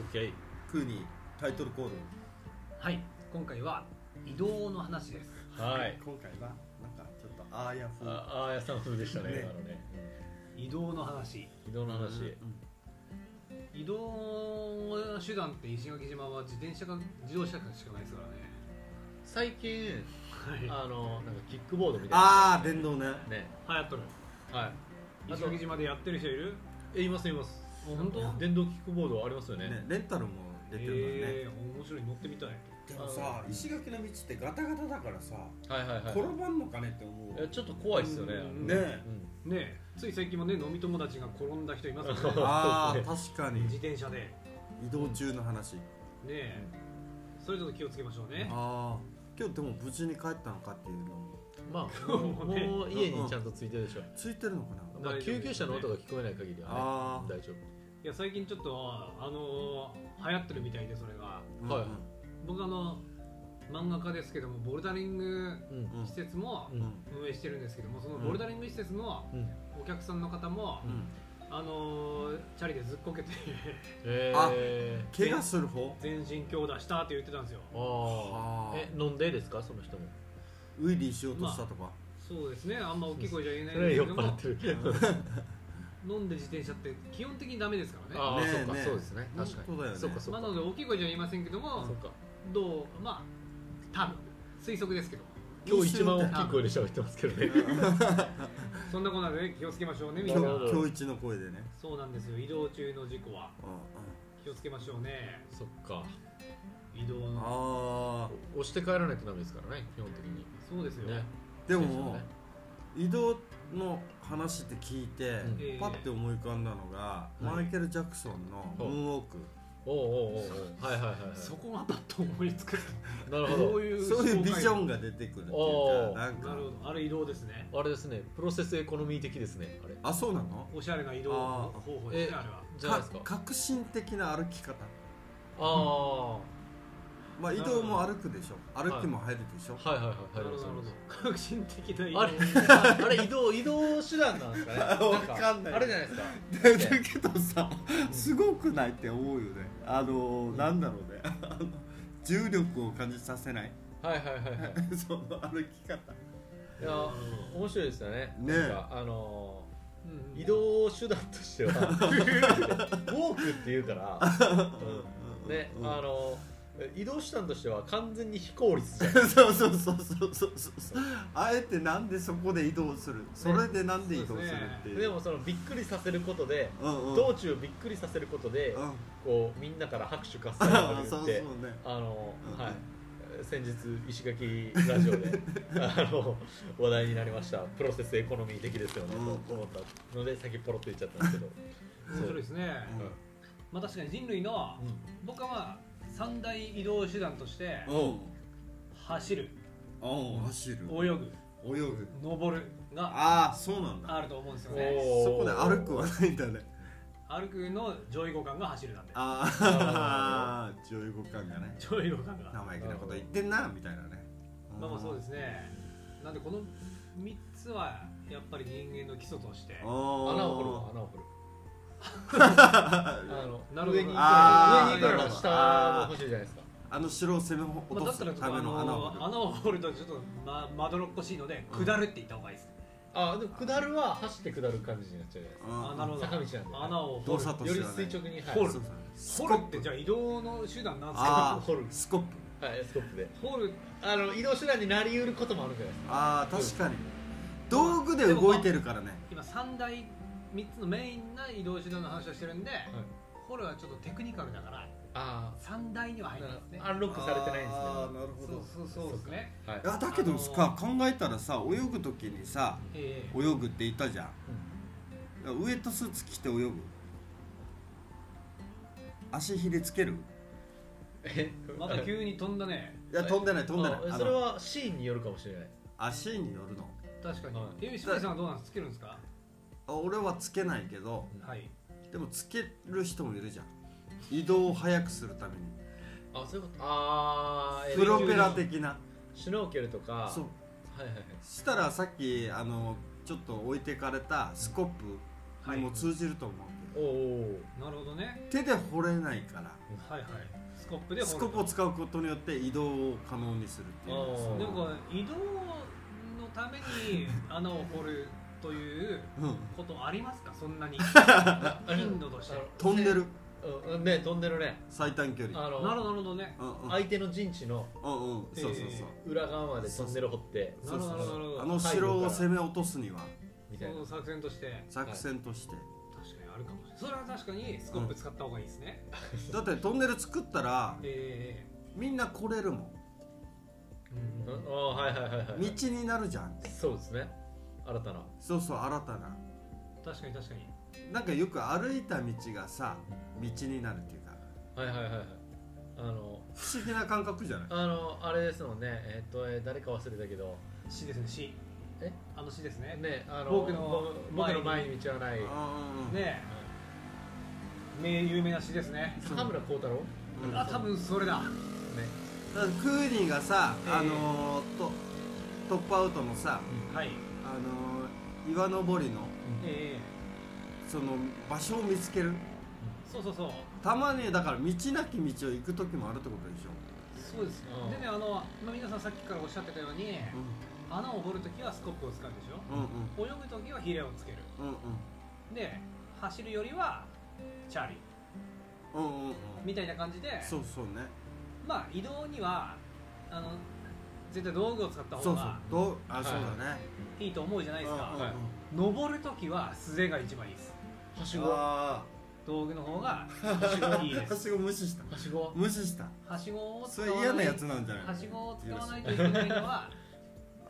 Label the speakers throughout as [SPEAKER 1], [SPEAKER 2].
[SPEAKER 1] OK
[SPEAKER 2] クーニータイトルコール
[SPEAKER 3] はい今回は移動の話です
[SPEAKER 1] はい
[SPEAKER 2] 今回はなんかちょっとあーや風
[SPEAKER 1] ああーやさん風でしたね
[SPEAKER 2] ね
[SPEAKER 1] 今のね
[SPEAKER 3] 移動の話
[SPEAKER 1] 移動の
[SPEAKER 2] うんう
[SPEAKER 1] 話
[SPEAKER 2] ん
[SPEAKER 3] 移動の手段って石垣島は自転車か自動車かしかないですからね
[SPEAKER 1] 最近
[SPEAKER 3] はい
[SPEAKER 1] あのなんかキックボードみたいな
[SPEAKER 2] ああ電動ね
[SPEAKER 1] ね
[SPEAKER 3] 流行っとる
[SPEAKER 1] はいあ
[SPEAKER 3] 石
[SPEAKER 1] と
[SPEAKER 3] 垣島でやってる人いる
[SPEAKER 1] えいますいます
[SPEAKER 3] 本当
[SPEAKER 1] 電動キックボードありますよね
[SPEAKER 2] ねレンタルも出てるからね
[SPEAKER 3] えー、面白い乗ってみたい
[SPEAKER 4] でもさ
[SPEAKER 1] あの
[SPEAKER 4] 石垣の道ってガタガタだからさ、
[SPEAKER 1] はいはいはい
[SPEAKER 4] 転ばんのかねって思う
[SPEAKER 1] えちょっと怖いっすよね
[SPEAKER 3] うん
[SPEAKER 2] ね
[SPEAKER 1] あれうん
[SPEAKER 3] ねえつい最近もね飲み友達が転んだ人いますよ ね
[SPEAKER 2] ああ確かに
[SPEAKER 3] 自転車でね
[SPEAKER 2] 移動中の話
[SPEAKER 3] えそれちょっと気をつけましょうね
[SPEAKER 2] ああ今日でも無事に帰ったのかっていうのも
[SPEAKER 1] まあ
[SPEAKER 3] も
[SPEAKER 1] もう
[SPEAKER 3] ね
[SPEAKER 1] もう家にちゃんとついてるでしょ
[SPEAKER 2] ついてるのかな
[SPEAKER 1] まあ
[SPEAKER 3] 大丈夫ですね
[SPEAKER 1] 救急車の音が聞こえない限りは
[SPEAKER 2] あ
[SPEAKER 1] ね大丈
[SPEAKER 3] いや最近ちょっとあのー流行ってるみたいでそれが
[SPEAKER 2] あ
[SPEAKER 1] はい
[SPEAKER 3] 僕あの漫画家ですけどもボルダリング
[SPEAKER 1] 夫うん
[SPEAKER 3] 施設も
[SPEAKER 1] うんうん
[SPEAKER 3] 運営してるんですけどもそのボルダリング施設のお客さんの方も、
[SPEAKER 1] うん
[SPEAKER 3] あのーチャリでずっこけて
[SPEAKER 1] えー
[SPEAKER 2] 怪我する方
[SPEAKER 3] 全身強打したって言ってたんですよ
[SPEAKER 1] あ
[SPEAKER 2] あ
[SPEAKER 1] あ
[SPEAKER 2] ー
[SPEAKER 1] え飲んでですかその人も
[SPEAKER 2] ウィリーしようとしたとか
[SPEAKER 3] そうですねあんま大きい声じゃ言えない
[SPEAKER 1] そ
[SPEAKER 3] んで
[SPEAKER 1] れ
[SPEAKER 3] す
[SPEAKER 1] 酔っ
[SPEAKER 3] けど
[SPEAKER 1] 払
[SPEAKER 3] も
[SPEAKER 1] ってる
[SPEAKER 3] 飲んで自転車って基本的にダメですからね
[SPEAKER 1] ああ
[SPEAKER 2] ねえ
[SPEAKER 1] そっか
[SPEAKER 2] ねえ
[SPEAKER 1] そうですね確か
[SPEAKER 2] 本当だよ
[SPEAKER 1] にそ
[SPEAKER 2] ね
[SPEAKER 1] っかそ
[SPEAKER 3] ま
[SPEAKER 1] っ
[SPEAKER 3] あ
[SPEAKER 1] か
[SPEAKER 3] なので大きい声じゃ言いませんけども
[SPEAKER 1] そっか
[SPEAKER 3] どうまあ多分推測ですけど
[SPEAKER 1] 今日一番大きい声で喋ってますけどね
[SPEAKER 3] そんなことで気をつけましょうねみん
[SPEAKER 2] 今
[SPEAKER 3] な
[SPEAKER 2] 日今日一の声でね
[SPEAKER 3] そうなんですよ移動中の事故は気をつけましょうね
[SPEAKER 1] そっか
[SPEAKER 3] 移動
[SPEAKER 2] あ
[SPEAKER 3] の
[SPEAKER 2] あ
[SPEAKER 1] 押して帰らないとダメですからね基本的に
[SPEAKER 3] そうですよ、
[SPEAKER 1] ね
[SPEAKER 2] で
[SPEAKER 1] そうすよ
[SPEAKER 2] も
[SPEAKER 1] ね
[SPEAKER 2] 移動の話って聞いて
[SPEAKER 1] うん
[SPEAKER 3] ええ
[SPEAKER 2] パッて思い浮かんだのが
[SPEAKER 1] い
[SPEAKER 2] マイケル・ジャクソンの「ムーンウォーク
[SPEAKER 1] おうおうおうおうはいはいはいはい
[SPEAKER 3] そこがパッと思いつく
[SPEAKER 1] なるほ
[SPEAKER 3] そう
[SPEAKER 1] ど
[SPEAKER 3] い」う
[SPEAKER 2] そういうビジョン
[SPEAKER 3] が
[SPEAKER 2] が出てくるっていう
[SPEAKER 1] おー
[SPEAKER 2] かなん
[SPEAKER 3] な
[SPEAKER 2] か
[SPEAKER 3] るほどあれ移動ですね
[SPEAKER 1] あれですねプロセスエコノミー的ですねあれ
[SPEAKER 2] あそうなの
[SPEAKER 3] おしゃれな移動方法です
[SPEAKER 1] あ
[SPEAKER 3] ね
[SPEAKER 1] ー
[SPEAKER 3] あれは
[SPEAKER 1] じゃないですか
[SPEAKER 2] か革新的な歩き方
[SPEAKER 1] あ
[SPEAKER 2] まあ移動も歩くでしょ歩きも入るでしょ
[SPEAKER 1] あはいはいはい
[SPEAKER 3] な
[SPEAKER 1] はい
[SPEAKER 3] るほどなるほど革新的な移動
[SPEAKER 1] あれ あれ移動移動手段なんですかね
[SPEAKER 2] わかんない
[SPEAKER 1] あれじゃないですか
[SPEAKER 2] だけどさすごくないって思うよねあのなんだろうね あの重力を感じさせない
[SPEAKER 1] はいはいはいはい
[SPEAKER 2] その歩き方
[SPEAKER 1] いや面白いですよね
[SPEAKER 2] ねえ
[SPEAKER 1] なんかあの
[SPEAKER 3] うん
[SPEAKER 1] ー移動手段としてはウォークっていうから、ね
[SPEAKER 2] うん
[SPEAKER 1] あのー移動手段としては完全に非効率じゃん
[SPEAKER 2] そうそうそうそうそうそうあえてなんでそこで移動するそれでなんで移動するっていう
[SPEAKER 1] でもそのびっくりさせることで
[SPEAKER 2] うんうん
[SPEAKER 1] 道中びっくりさせることで
[SPEAKER 2] うん
[SPEAKER 1] こうみんなから拍手喝采が
[SPEAKER 2] あ
[SPEAKER 1] 上
[SPEAKER 2] そう
[SPEAKER 1] が
[SPEAKER 2] そう
[SPEAKER 1] るっ
[SPEAKER 2] ね
[SPEAKER 1] てあの
[SPEAKER 2] うん
[SPEAKER 1] はい先日石垣ラジオ であの話題になりましたプロセスエコノミー的ですよね
[SPEAKER 2] うん
[SPEAKER 1] と思ったので先ポロっと言っちゃったんですけど
[SPEAKER 3] 面白いですねまあ確かに人類の僕はまあ三大移動手段として
[SPEAKER 2] うん
[SPEAKER 3] 走る
[SPEAKER 2] うんうん走る
[SPEAKER 3] 泳ぐ
[SPEAKER 2] 泳ぐ
[SPEAKER 3] 登るが
[SPEAKER 2] ああそうなんだ
[SPEAKER 3] あると思うんですよね
[SPEAKER 2] そこで歩くはないんだね
[SPEAKER 3] 歩くの上位互換が走るなんで
[SPEAKER 2] ああ上位互換がね
[SPEAKER 3] 上位互換が
[SPEAKER 2] 生意気なこと言ってんなみたいなね
[SPEAKER 3] まあまあそうですすねなんでこの3つはやっぱり人間の基礎として
[SPEAKER 1] 穴
[SPEAKER 2] 穴
[SPEAKER 1] を掘るわ穴を掘るあ
[SPEAKER 3] な
[SPEAKER 1] の
[SPEAKER 3] るほど
[SPEAKER 1] 上に行く上
[SPEAKER 2] あー
[SPEAKER 1] に行く
[SPEAKER 2] な
[SPEAKER 1] か
[SPEAKER 2] る
[SPEAKER 1] ら
[SPEAKER 2] ほど
[SPEAKER 1] 下を欲しいじゃないですか
[SPEAKER 2] あの城を攻め落
[SPEAKER 3] まあ、
[SPEAKER 2] と
[SPEAKER 3] だっ
[SPEAKER 2] すた
[SPEAKER 3] たら
[SPEAKER 2] め
[SPEAKER 3] ちょっとあ
[SPEAKER 2] の穴を
[SPEAKER 3] の
[SPEAKER 2] 掘る
[SPEAKER 3] 穴を掘るとちょっとままどろっこしいので
[SPEAKER 2] うん
[SPEAKER 3] 下るって言った方がいいですね、
[SPEAKER 1] あでも下るは走って下る感じになっちゃうじゃないですか
[SPEAKER 2] うん
[SPEAKER 3] あなるほど
[SPEAKER 1] 坂道なんで
[SPEAKER 3] 穴を掘
[SPEAKER 2] 動
[SPEAKER 3] る
[SPEAKER 2] 作と
[SPEAKER 1] よ
[SPEAKER 2] して
[SPEAKER 1] り
[SPEAKER 2] は
[SPEAKER 1] 垂
[SPEAKER 2] ね
[SPEAKER 1] 直に
[SPEAKER 3] 掘る
[SPEAKER 2] そうそう
[SPEAKER 3] 掘るってじゃあ移動の手段なんです
[SPEAKER 2] あ
[SPEAKER 3] か
[SPEAKER 2] ー
[SPEAKER 1] 掘る
[SPEAKER 2] スコップ
[SPEAKER 1] はいスコップで
[SPEAKER 3] 掘る
[SPEAKER 1] あの移動手段になりうることもあるじゃないですか
[SPEAKER 2] ああ確かに道具で動いてるからね
[SPEAKER 3] 今三大3つのメインな移動手段の話をしてるんで、掘るはちょっとテクニカルだから
[SPEAKER 1] あ
[SPEAKER 3] 三大には
[SPEAKER 1] あ
[SPEAKER 3] 入らないですね
[SPEAKER 1] アンロックされてないんですね
[SPEAKER 2] あーなるほ
[SPEAKER 3] そう
[SPEAKER 2] ど
[SPEAKER 3] そうそうですね
[SPEAKER 1] はい
[SPEAKER 2] いやだけどさ考えたらさ泳ぐ時にさ
[SPEAKER 3] ええ
[SPEAKER 2] 泳ぐって言ったじゃんウエットスーツ着て泳ぐ足ひれつける
[SPEAKER 1] え
[SPEAKER 3] また急に飛んだね
[SPEAKER 2] いや飛んでない飛んでない
[SPEAKER 1] あ
[SPEAKER 2] あ
[SPEAKER 1] それ
[SPEAKER 2] の
[SPEAKER 1] はシーンによるかもしれない
[SPEAKER 2] 足によるの
[SPEAKER 3] 確かに、
[SPEAKER 1] はい
[SPEAKER 3] え石森さんはどうなんですかつけるんですか
[SPEAKER 2] あ俺はつけないけど
[SPEAKER 3] はい
[SPEAKER 2] でもつける人もいるじゃん移動を速くするために
[SPEAKER 1] あそういうことあーえ
[SPEAKER 2] プロペラ的な
[SPEAKER 1] シュノーケルとか
[SPEAKER 2] そう
[SPEAKER 1] はいはいはい
[SPEAKER 2] したらさっきあのちょっと置いてかれたスコップ
[SPEAKER 3] はい
[SPEAKER 2] にも通じると思うんで、
[SPEAKER 1] おお
[SPEAKER 3] なるほどね
[SPEAKER 2] 手で掘れないから
[SPEAKER 3] はいはいスコップで
[SPEAKER 2] スコップを使うことによって移動を可能にするっていう
[SPEAKER 1] あー
[SPEAKER 3] なんか移動のために穴を掘るという
[SPEAKER 2] うん、
[SPEAKER 3] ことありますかそんなに 頻度として
[SPEAKER 2] 飛んでる
[SPEAKER 1] うんね飛んでるね
[SPEAKER 2] 最短距離
[SPEAKER 1] あの
[SPEAKER 3] なるほどなるほどね
[SPEAKER 2] うんうん
[SPEAKER 1] 相手の陣地の
[SPEAKER 2] うんうんそうそうそう、
[SPEAKER 1] 裏側までトンネル掘って
[SPEAKER 3] なるほどなるほど
[SPEAKER 2] あの城を攻め落とすには
[SPEAKER 1] みた
[SPEAKER 3] そ
[SPEAKER 1] いな
[SPEAKER 3] の作戦として
[SPEAKER 2] 作戦として、
[SPEAKER 3] 確かにあるかもしれないそれは確かにスコップ使った方がいいですね、
[SPEAKER 2] だってトンネル作ったら
[SPEAKER 3] え
[SPEAKER 2] みんな来れるもん
[SPEAKER 3] えうん
[SPEAKER 1] うんああはいはいはいはいはい
[SPEAKER 2] 道になるじゃん
[SPEAKER 1] そうですね新たな
[SPEAKER 2] そうそう新たな
[SPEAKER 3] 確かに確かに
[SPEAKER 2] なんかよく歩いた道がさ道になるっていうか
[SPEAKER 1] はいはいはいはいあの
[SPEAKER 2] 不思議な感覚じゃない
[SPEAKER 1] あのあれですもんねえっとえー誰か忘れたけど
[SPEAKER 3] 詩ですね詩
[SPEAKER 1] え
[SPEAKER 3] あの詩ですねね
[SPEAKER 1] ねあの
[SPEAKER 3] 僕の
[SPEAKER 1] 僕僕の前に道はない
[SPEAKER 2] うんうんうん
[SPEAKER 3] え名有名な詩ですね
[SPEAKER 2] そう
[SPEAKER 1] 田村幸太郎ね
[SPEAKER 2] うん
[SPEAKER 3] あ多分それだ
[SPEAKER 2] だからクーニーがさ、
[SPEAKER 3] えー
[SPEAKER 2] あのーとトップアウトのさ、
[SPEAKER 3] はい
[SPEAKER 2] あのー岩登りの
[SPEAKER 3] ええ
[SPEAKER 2] その場所を見つける
[SPEAKER 3] そうそうそう
[SPEAKER 2] たまにだから道なき道を行く時もあるってことでしょ、
[SPEAKER 3] そうです
[SPEAKER 1] うん
[SPEAKER 3] でねあの、まあ、皆さんさっきからおっしゃってたように穴を掘るときはスコップを使うでしょ
[SPEAKER 2] うん、うん
[SPEAKER 3] 泳ぐときはヒレをつける
[SPEAKER 2] うんうん
[SPEAKER 3] で走るよりはチャリ
[SPEAKER 2] うんうんうんうん
[SPEAKER 3] みたいな感じで
[SPEAKER 2] そうそうね
[SPEAKER 3] まあ移動にはあの絶対道具を使った
[SPEAKER 2] そ
[SPEAKER 3] 方
[SPEAKER 2] うそう
[SPEAKER 3] が
[SPEAKER 2] どうあ、
[SPEAKER 1] はい
[SPEAKER 2] そうだね
[SPEAKER 3] いいと思うじゃないです
[SPEAKER 2] うん
[SPEAKER 3] か
[SPEAKER 2] うんうん
[SPEAKER 1] は
[SPEAKER 3] 登るときは素手が一番いいです
[SPEAKER 1] はしごは
[SPEAKER 2] あ
[SPEAKER 3] 道具の方が
[SPEAKER 2] ー
[SPEAKER 3] いいです
[SPEAKER 2] 私が無視した
[SPEAKER 1] しご
[SPEAKER 2] 無視した
[SPEAKER 3] はしごを
[SPEAKER 2] そ
[SPEAKER 3] 使わ
[SPEAKER 2] れ
[SPEAKER 3] ない
[SPEAKER 2] 嫌なやつなんじゃない
[SPEAKER 3] はしごを使わないといけないのは
[SPEAKER 2] うん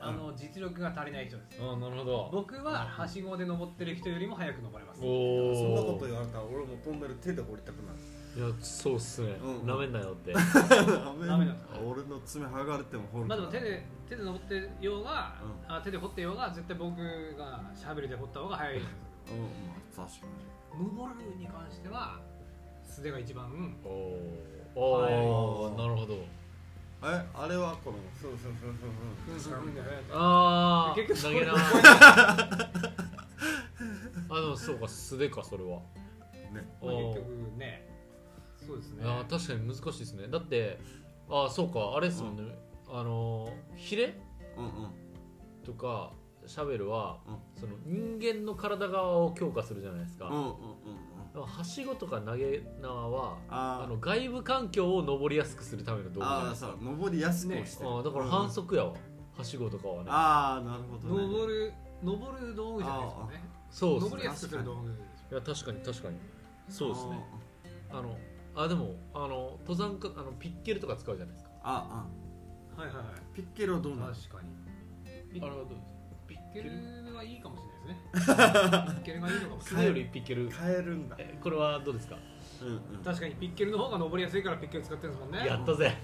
[SPEAKER 3] あの実力が足りない人です
[SPEAKER 1] ああなるほど
[SPEAKER 3] 僕ははしごで登ってる人よりも早く登れます
[SPEAKER 1] おお
[SPEAKER 4] そんなこと言われたら俺もトンネル手で掘りたくなる
[SPEAKER 1] いやそうっすね
[SPEAKER 2] うん
[SPEAKER 1] なめんなよって
[SPEAKER 2] ダ
[SPEAKER 3] ダメだ
[SPEAKER 2] 俺の爪剥がれても掘る
[SPEAKER 3] ま
[SPEAKER 2] から
[SPEAKER 3] あでも手で手で登ってようが、あ手で掘ってようが絶対僕がシャベルで掘った方が早いです
[SPEAKER 2] うんまあ確か
[SPEAKER 3] 登るに関しては素手が一番
[SPEAKER 1] おお
[SPEAKER 2] はい
[SPEAKER 1] なるほど
[SPEAKER 2] にえあれはこの
[SPEAKER 4] そうそうそうそう
[SPEAKER 3] ふんふんふんで早いと
[SPEAKER 1] ああ
[SPEAKER 3] 結局
[SPEAKER 1] 投げなあでもそうか素手かそれは
[SPEAKER 2] ね
[SPEAKER 1] お
[SPEAKER 3] まあ
[SPEAKER 1] お
[SPEAKER 3] 結局ねそうですね
[SPEAKER 1] あー確かに難しいですねだってああそうかあれですもんね、あのーヒレ
[SPEAKER 2] うんうん
[SPEAKER 1] とかシャベルは、
[SPEAKER 2] うん
[SPEAKER 1] その人間の体側を強化するじゃないですか、
[SPEAKER 2] うんうんうんうん
[SPEAKER 1] だからはしごとか投げ縄はあ
[SPEAKER 2] あ
[SPEAKER 1] の外部環境を登りやすくするための道具じゃない
[SPEAKER 2] ああ
[SPEAKER 1] で
[SPEAKER 2] ー
[SPEAKER 1] す
[SPEAKER 2] そう登りやすくして
[SPEAKER 1] か
[SPEAKER 2] る、
[SPEAKER 1] あーだから反則やわ、はしごとかはね
[SPEAKER 2] ああなるほどね
[SPEAKER 3] 登る登る道具じゃないですよね
[SPEAKER 1] そうです
[SPEAKER 3] 登り
[SPEAKER 1] ね
[SPEAKER 3] やすくする道具ですよ
[SPEAKER 1] いや確かに確かにそうですねあのあでもあの登山家あのピッケルとか使うじゃないですか
[SPEAKER 2] あーあ
[SPEAKER 3] はいはいはい
[SPEAKER 2] ーピッケルはどうなの
[SPEAKER 3] 確かに
[SPEAKER 1] あれはどうです
[SPEAKER 3] ピッケルはいいかもしれ ないですねピッケルがいいのかもしれ
[SPEAKER 1] か素
[SPEAKER 3] ない
[SPEAKER 1] 手よりピッケル
[SPEAKER 2] 変えるんだ
[SPEAKER 1] えこれはどうですか
[SPEAKER 2] うんうん
[SPEAKER 3] 確かにピッケルの方が登りやすいからピッケル使ってるんですもんね
[SPEAKER 1] やったぜ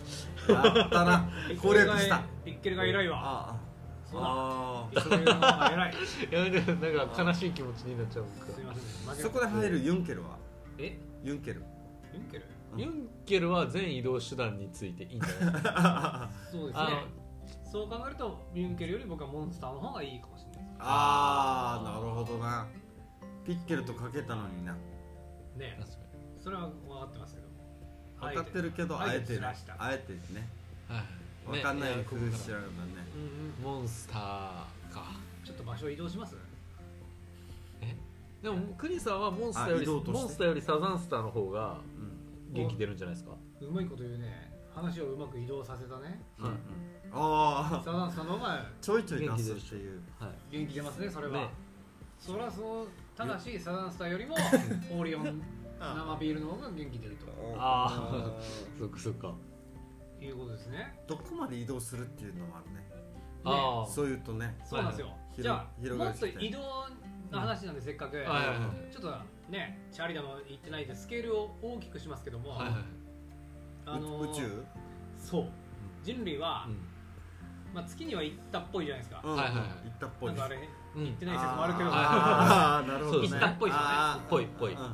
[SPEAKER 2] やったな
[SPEAKER 3] ピッケ
[SPEAKER 2] 攻
[SPEAKER 3] ル
[SPEAKER 2] 略
[SPEAKER 3] が
[SPEAKER 2] した
[SPEAKER 3] ピッケルが偉いわ
[SPEAKER 2] あー
[SPEAKER 3] そうだ
[SPEAKER 2] あーあ
[SPEAKER 3] ピッケルの方が偉い
[SPEAKER 1] やめてくださいなんか悲しい気持ちになっちゃう
[SPEAKER 3] すいません
[SPEAKER 2] ーそこで入るユンケルは
[SPEAKER 1] え
[SPEAKER 2] ユンケル
[SPEAKER 3] ユンケル
[SPEAKER 2] うん
[SPEAKER 1] ユンケルは全移動手段についていいんじゃ ないですか
[SPEAKER 3] そうです
[SPEAKER 1] あ
[SPEAKER 3] ねそう考えるとユンケルより僕はモンスターの方がいいかもしれないで
[SPEAKER 2] ああなるほどなピッケルとかけたのにな
[SPEAKER 3] すね
[SPEAKER 1] の確か
[SPEAKER 3] それは分かってますけど
[SPEAKER 2] 分かってるけどあえて
[SPEAKER 3] ず
[SPEAKER 2] ね
[SPEAKER 3] らした
[SPEAKER 2] あえてね
[SPEAKER 1] にはい
[SPEAKER 2] 分かんない
[SPEAKER 1] ね
[SPEAKER 2] ふうにしちゃうんだね
[SPEAKER 3] うんうん
[SPEAKER 1] モンスターか
[SPEAKER 3] ちょっと場所移動します
[SPEAKER 1] でもクニさんはモンスターよ
[SPEAKER 2] あ移
[SPEAKER 1] り
[SPEAKER 2] 動として
[SPEAKER 1] モンスターよりサザンスターの方が
[SPEAKER 2] うん
[SPEAKER 1] 元気出るんじゃないですか
[SPEAKER 3] うまいこと言うね話をうまく移動させたね
[SPEAKER 2] うんう
[SPEAKER 1] はい
[SPEAKER 2] んああ
[SPEAKER 3] サザンさんの方が
[SPEAKER 2] ちょいちょい出すっていう
[SPEAKER 1] はい
[SPEAKER 3] 元気出ますねそれは、
[SPEAKER 1] ね
[SPEAKER 3] そらそうただしサザンスターよ りもオリオン生ビールの方が元気出る
[SPEAKER 4] そう
[SPEAKER 1] あそっかそっか
[SPEAKER 3] ということですね
[SPEAKER 2] どこまで移動するっていうのもあるね
[SPEAKER 1] ああ
[SPEAKER 2] そういうとね
[SPEAKER 3] そうなんですよ、
[SPEAKER 2] い
[SPEAKER 3] じゃあ
[SPEAKER 2] 広
[SPEAKER 3] も
[SPEAKER 2] が
[SPEAKER 3] っと
[SPEAKER 2] 広がりし
[SPEAKER 3] 移
[SPEAKER 2] て
[SPEAKER 3] 動の話なんで、せっかく、
[SPEAKER 1] はいはいはい
[SPEAKER 3] ちょっとねチャリダも言ってないでスケールを大きくしますけども、
[SPEAKER 1] はいはい
[SPEAKER 3] あのー
[SPEAKER 2] 宇宙
[SPEAKER 3] そう人類は、
[SPEAKER 1] う
[SPEAKER 3] まあ、月には行ったっぽいじゃないですか、
[SPEAKER 2] うんうん
[SPEAKER 1] はいはいはい
[SPEAKER 2] 行ったっぽ
[SPEAKER 3] ないん
[SPEAKER 2] です
[SPEAKER 3] かあれ行
[SPEAKER 1] んうん
[SPEAKER 3] ってない説もあるけど
[SPEAKER 2] あー なるほどね
[SPEAKER 1] そうですね
[SPEAKER 3] っぽいですよね
[SPEAKER 2] あー
[SPEAKER 1] ぽいぽい
[SPEAKER 2] うんうん
[SPEAKER 3] ち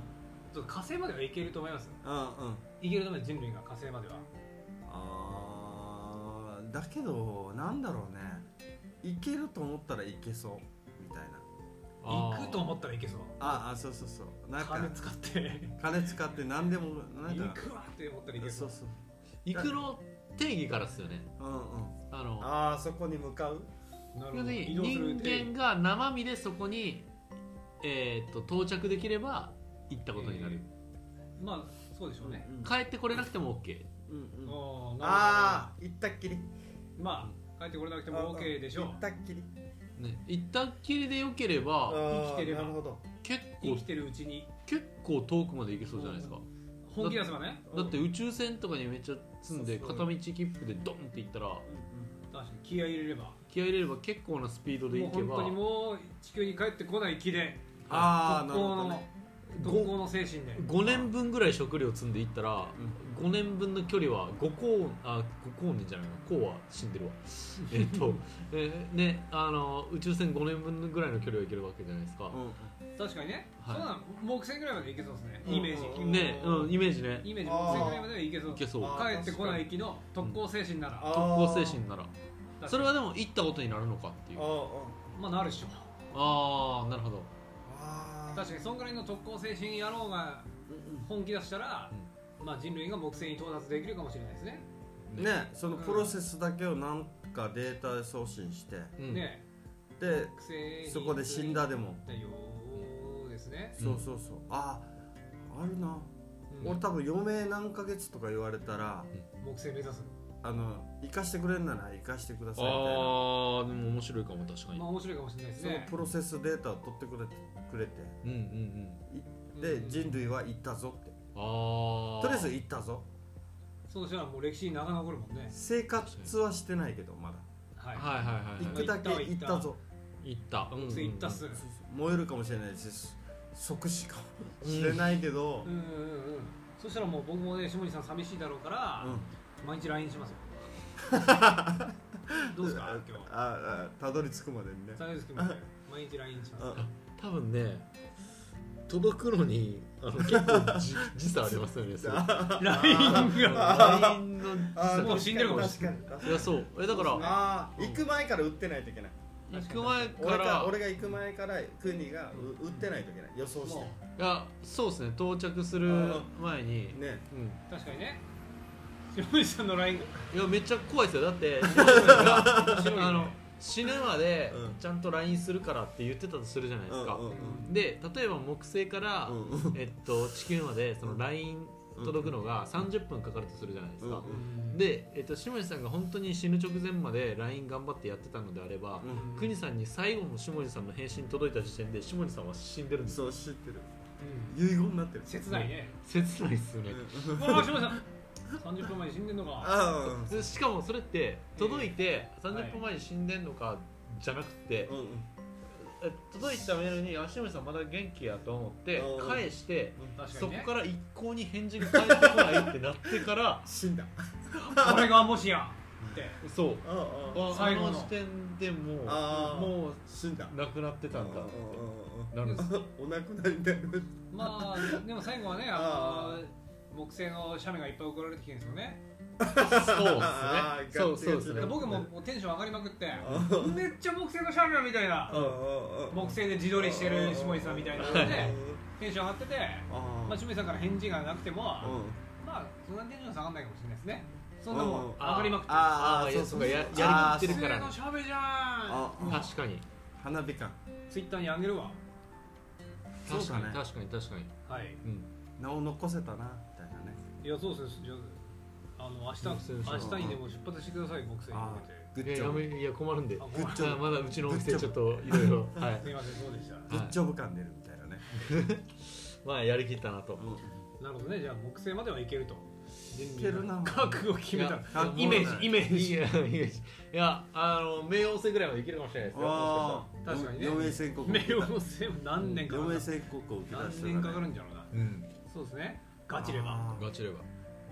[SPEAKER 3] ょっと火星までは行けると思います
[SPEAKER 2] うん
[SPEAKER 3] 行けるため人類が火星までは
[SPEAKER 2] あーだけどなんだろうね行けると思ったら行けそうみたいな
[SPEAKER 1] あー
[SPEAKER 3] 行くと思ったら行けそう
[SPEAKER 2] あああそうそうそうなんか
[SPEAKER 3] 金使って
[SPEAKER 2] 金使って何でもなん
[SPEAKER 3] 行
[SPEAKER 2] か
[SPEAKER 3] くわって思ったらいける
[SPEAKER 2] そうそう
[SPEAKER 1] 行くの定義からですよね
[SPEAKER 2] うんうん
[SPEAKER 1] あの
[SPEAKER 4] ああそこに向かう
[SPEAKER 3] な
[SPEAKER 1] 要するに
[SPEAKER 3] 移動する
[SPEAKER 1] 人間が生身でそこに、えー、と到着できれば行ったことになる、
[SPEAKER 3] まあそうでしょうね、
[SPEAKER 2] うん
[SPEAKER 1] 帰ってこれなくても OK
[SPEAKER 2] うんうん
[SPEAKER 4] あ
[SPEAKER 3] ああ
[SPEAKER 4] あ行ったっきり
[SPEAKER 3] まあ帰ってこれなくても OK でしょ
[SPEAKER 4] 行ったっきり
[SPEAKER 1] ね行ったっきりでよければ
[SPEAKER 4] あー
[SPEAKER 3] 生きてれば
[SPEAKER 4] なるほど
[SPEAKER 1] 結
[SPEAKER 3] 生
[SPEAKER 1] 構
[SPEAKER 3] きてるうちに
[SPEAKER 1] 結構遠くまで行けそうじゃないですか
[SPEAKER 3] 本気出せばね
[SPEAKER 1] だって宇宙船とかにめっちゃ積んで
[SPEAKER 4] そうそ
[SPEAKER 1] 片
[SPEAKER 4] う
[SPEAKER 1] 道切符でドンって行ったら
[SPEAKER 3] 確かに気合い入れれば
[SPEAKER 1] 気合い入れれば結構なスピードで
[SPEAKER 3] もう
[SPEAKER 1] 行け
[SPEAKER 3] 本当
[SPEAKER 1] ば
[SPEAKER 3] にもう地球に帰ってこない気で
[SPEAKER 2] ああな
[SPEAKER 3] 特
[SPEAKER 2] る
[SPEAKER 3] 攻
[SPEAKER 2] ほど
[SPEAKER 3] の
[SPEAKER 2] ね
[SPEAKER 3] 特攻の精神で
[SPEAKER 1] 5年分ぐらい食料積んでいったら、5年分の距離は5光あ5光年じゃないの光は死ん でるわえっと、えーねあの宇宙船5年分ぐらいの距離はいけるわけじゃないですか、
[SPEAKER 2] うんうん
[SPEAKER 3] 確かにね、
[SPEAKER 1] はい
[SPEAKER 3] そうなの木星ぐらいまでいけそうですね、
[SPEAKER 4] うん
[SPEAKER 3] イメージ、
[SPEAKER 4] うん
[SPEAKER 1] ねうんイメージね
[SPEAKER 3] イメージ木星ぐらいまではいけそう
[SPEAKER 1] いけそう
[SPEAKER 4] あ
[SPEAKER 3] 帰ってこない気の特攻精神なら、
[SPEAKER 4] あ
[SPEAKER 1] 特攻精神なら
[SPEAKER 3] 確かに
[SPEAKER 1] それはでも行ったことになるのかっていう
[SPEAKER 4] あー
[SPEAKER 3] まあなるでしょ
[SPEAKER 1] ああなるほど
[SPEAKER 4] あーあー
[SPEAKER 3] 確かにそんぐらいの特攻精神野郎が本気出したら、まあ人類が木星に到達できるかもしれないですね、
[SPEAKER 2] ねそのプロセスだけをなんかデータで送信して
[SPEAKER 1] うん
[SPEAKER 3] ね
[SPEAKER 2] で
[SPEAKER 3] 木星に
[SPEAKER 2] そこで死んだでも
[SPEAKER 3] だよーですね、
[SPEAKER 2] そうそうそうあああるな
[SPEAKER 3] うん
[SPEAKER 2] 俺多分余命何ヶ月とか言われたら
[SPEAKER 3] 木星目指す
[SPEAKER 2] あの生かしてくれんなら生かしてくださいみたいな
[SPEAKER 1] ああでも面白いかも確かに、
[SPEAKER 3] まあ面白いかもしれないです
[SPEAKER 2] その
[SPEAKER 3] ね
[SPEAKER 2] プロセスデータを取ってくれてくれて
[SPEAKER 1] うんうんうん
[SPEAKER 2] で
[SPEAKER 3] うん
[SPEAKER 2] 人類は行ったぞって
[SPEAKER 1] ああ
[SPEAKER 2] とりあえず行ったぞ
[SPEAKER 3] そうしたらもう歴史に名が残るもんね
[SPEAKER 2] 生活はしてないけどまだ
[SPEAKER 3] はい、
[SPEAKER 1] はいはいはい、
[SPEAKER 2] 行
[SPEAKER 1] は
[SPEAKER 2] くだけ
[SPEAKER 3] 行った
[SPEAKER 2] 行ったぞ
[SPEAKER 1] い、行った
[SPEAKER 3] 木星行ったっす、
[SPEAKER 2] そうそう燃えるかもしれないしそ即死かもしれないけど
[SPEAKER 3] うんうんうんそしたらもう僕もね下地さん寂しいだろうから、
[SPEAKER 2] うん
[SPEAKER 3] 毎日 LINE しますよどうですか今日
[SPEAKER 2] ああたどり着くまでにね
[SPEAKER 3] 大丈夫ですけど毎日 LINE します
[SPEAKER 2] あ
[SPEAKER 1] 多分ね届くのにあの結構 じ時差ありますよねそれ
[SPEAKER 3] LINE が
[SPEAKER 1] LINE の時
[SPEAKER 4] あー
[SPEAKER 1] 差
[SPEAKER 3] もう死んでるかもしれ
[SPEAKER 4] 確かに確か
[SPEAKER 1] い
[SPEAKER 4] に
[SPEAKER 1] やそうえだから、
[SPEAKER 4] ああ行く前から売ってないといけない
[SPEAKER 1] 行く前か
[SPEAKER 4] 俺
[SPEAKER 1] ら
[SPEAKER 4] が俺が行く前から国がう売ってないといけない予想して
[SPEAKER 3] も
[SPEAKER 1] いやそうですね到着する前に、
[SPEAKER 4] ね
[SPEAKER 1] うん
[SPEAKER 3] う確かにね下地さんの LINE が
[SPEAKER 1] いやめっちゃ怖いですよだ ってジョーさんが
[SPEAKER 3] 白いね
[SPEAKER 1] あの死ぬまで
[SPEAKER 2] うん
[SPEAKER 1] ちゃんと LINE するからって言ってたとするじゃないですか、
[SPEAKER 2] うんうん
[SPEAKER 1] で例えば木星から、
[SPEAKER 2] うんうん
[SPEAKER 1] えっと、地球までその LINE 届くのが30分かかるとするじゃないですか、
[SPEAKER 2] うん
[SPEAKER 1] で、えっと、下地さんが本当に死ぬ直前まで LINE 頑張ってやってたのであれば、
[SPEAKER 2] うん
[SPEAKER 1] 邦さんに最後の下地さんの返信届いた時点で下地さんは死んでるんですよ
[SPEAKER 2] そう知ってる
[SPEAKER 3] うん
[SPEAKER 2] 遺言になってる
[SPEAKER 3] 切ないね
[SPEAKER 1] 切ないっすよね、
[SPEAKER 3] うわあ下地さん30分前に死んでんのか
[SPEAKER 2] あ
[SPEAKER 1] でしかもそれって届いて
[SPEAKER 3] はい
[SPEAKER 1] 30分前に死んでんのかじゃなくて、
[SPEAKER 2] うんうん
[SPEAKER 1] え届いたメールに「あ下地さんまだ元気や」と思って
[SPEAKER 2] うん
[SPEAKER 1] 返して、
[SPEAKER 3] 確か
[SPEAKER 1] そ
[SPEAKER 3] に
[SPEAKER 1] こ
[SPEAKER 3] ね
[SPEAKER 1] から一向に返事が返ってこないってなってから
[SPEAKER 4] 死んだ
[SPEAKER 3] これがもしやって
[SPEAKER 1] そう
[SPEAKER 4] うんうん
[SPEAKER 1] あ
[SPEAKER 3] 最後の
[SPEAKER 1] あの時点でもう
[SPEAKER 4] あー
[SPEAKER 1] も
[SPEAKER 4] 死んだ
[SPEAKER 1] うなくなってたんだ
[SPEAKER 4] うんうんうんうん
[SPEAKER 1] なるんです
[SPEAKER 4] お亡くなりになりまし
[SPEAKER 3] まあでも最後はねあの木星の写メがいっぱい送られてきてるんですよね
[SPEAKER 1] そう
[SPEAKER 4] あ
[SPEAKER 1] で
[SPEAKER 4] ー
[SPEAKER 1] すねそうそうで
[SPEAKER 4] ガチガチ
[SPEAKER 1] すね
[SPEAKER 4] だ
[SPEAKER 3] 僕ももうテンション上がりまくって
[SPEAKER 4] た
[SPEAKER 3] めっちゃ木星のシャメみたいな
[SPEAKER 4] うんうんうん
[SPEAKER 3] 木星で自撮りしてる下地さんみたいなのでテンション上がってて、
[SPEAKER 2] あ
[SPEAKER 3] まあ、下地さんから返事がなくても
[SPEAKER 2] あうん
[SPEAKER 3] まあそんなにテンション下がんないかもしれないですねそんなもん
[SPEAKER 2] う
[SPEAKER 3] 上
[SPEAKER 2] ん
[SPEAKER 3] がりまくって
[SPEAKER 1] あ
[SPEAKER 2] あ
[SPEAKER 1] ー
[SPEAKER 2] ー
[SPEAKER 1] そ
[SPEAKER 2] そうう
[SPEAKER 1] そ
[SPEAKER 2] そうう
[SPEAKER 1] か
[SPEAKER 2] そう
[SPEAKER 1] や
[SPEAKER 2] あー
[SPEAKER 1] やりき
[SPEAKER 2] 知
[SPEAKER 1] ってるから
[SPEAKER 3] 木
[SPEAKER 1] ね
[SPEAKER 3] 星のシャメじゃん
[SPEAKER 2] ああ
[SPEAKER 1] 確かに
[SPEAKER 2] 花火感
[SPEAKER 3] ツイッターにあげるわ
[SPEAKER 2] そう
[SPEAKER 1] 確
[SPEAKER 2] だ
[SPEAKER 1] か
[SPEAKER 2] ね
[SPEAKER 1] に確かに確かに
[SPEAKER 3] はい
[SPEAKER 1] うん
[SPEAKER 2] 名を残せたなみたいなね
[SPEAKER 3] いやそうですよあの明日
[SPEAKER 1] 木星のシャ
[SPEAKER 2] メ
[SPEAKER 3] 明日にでも出発してください木星に向けて
[SPEAKER 2] グ
[SPEAKER 1] いや
[SPEAKER 2] ッジ
[SPEAKER 1] や
[SPEAKER 2] ョブ
[SPEAKER 1] めいや困るんで
[SPEAKER 3] あ
[SPEAKER 1] あ
[SPEAKER 3] ごめん
[SPEAKER 2] グッジ
[SPEAKER 3] す
[SPEAKER 2] ョブ
[SPEAKER 1] まだうちのお店ちょっといろいろはい
[SPEAKER 3] みませんそうでした
[SPEAKER 2] グッジョブ感出るみたいなね
[SPEAKER 1] まあやりきったなと
[SPEAKER 3] なるほどねじゃあ木星まではいけると
[SPEAKER 2] いけるな
[SPEAKER 3] 覚悟を決めた
[SPEAKER 2] や
[SPEAKER 3] イメージイメー
[SPEAKER 1] い
[SPEAKER 3] ジ
[SPEAKER 1] やい やいやあの冥王星ぐらいまでいけるかもしれないですよ
[SPEAKER 2] ああ
[SPEAKER 3] 確かにね
[SPEAKER 2] 余命宣告
[SPEAKER 3] 冥王星も何年か
[SPEAKER 2] 余
[SPEAKER 3] か
[SPEAKER 2] 命
[SPEAKER 3] る
[SPEAKER 2] 宣告を受け出
[SPEAKER 3] 何
[SPEAKER 2] した
[SPEAKER 3] 年かか
[SPEAKER 2] ね
[SPEAKER 3] るんじゃろうな
[SPEAKER 1] うん
[SPEAKER 3] そうですねガチれば
[SPEAKER 2] あー
[SPEAKER 1] ガチれば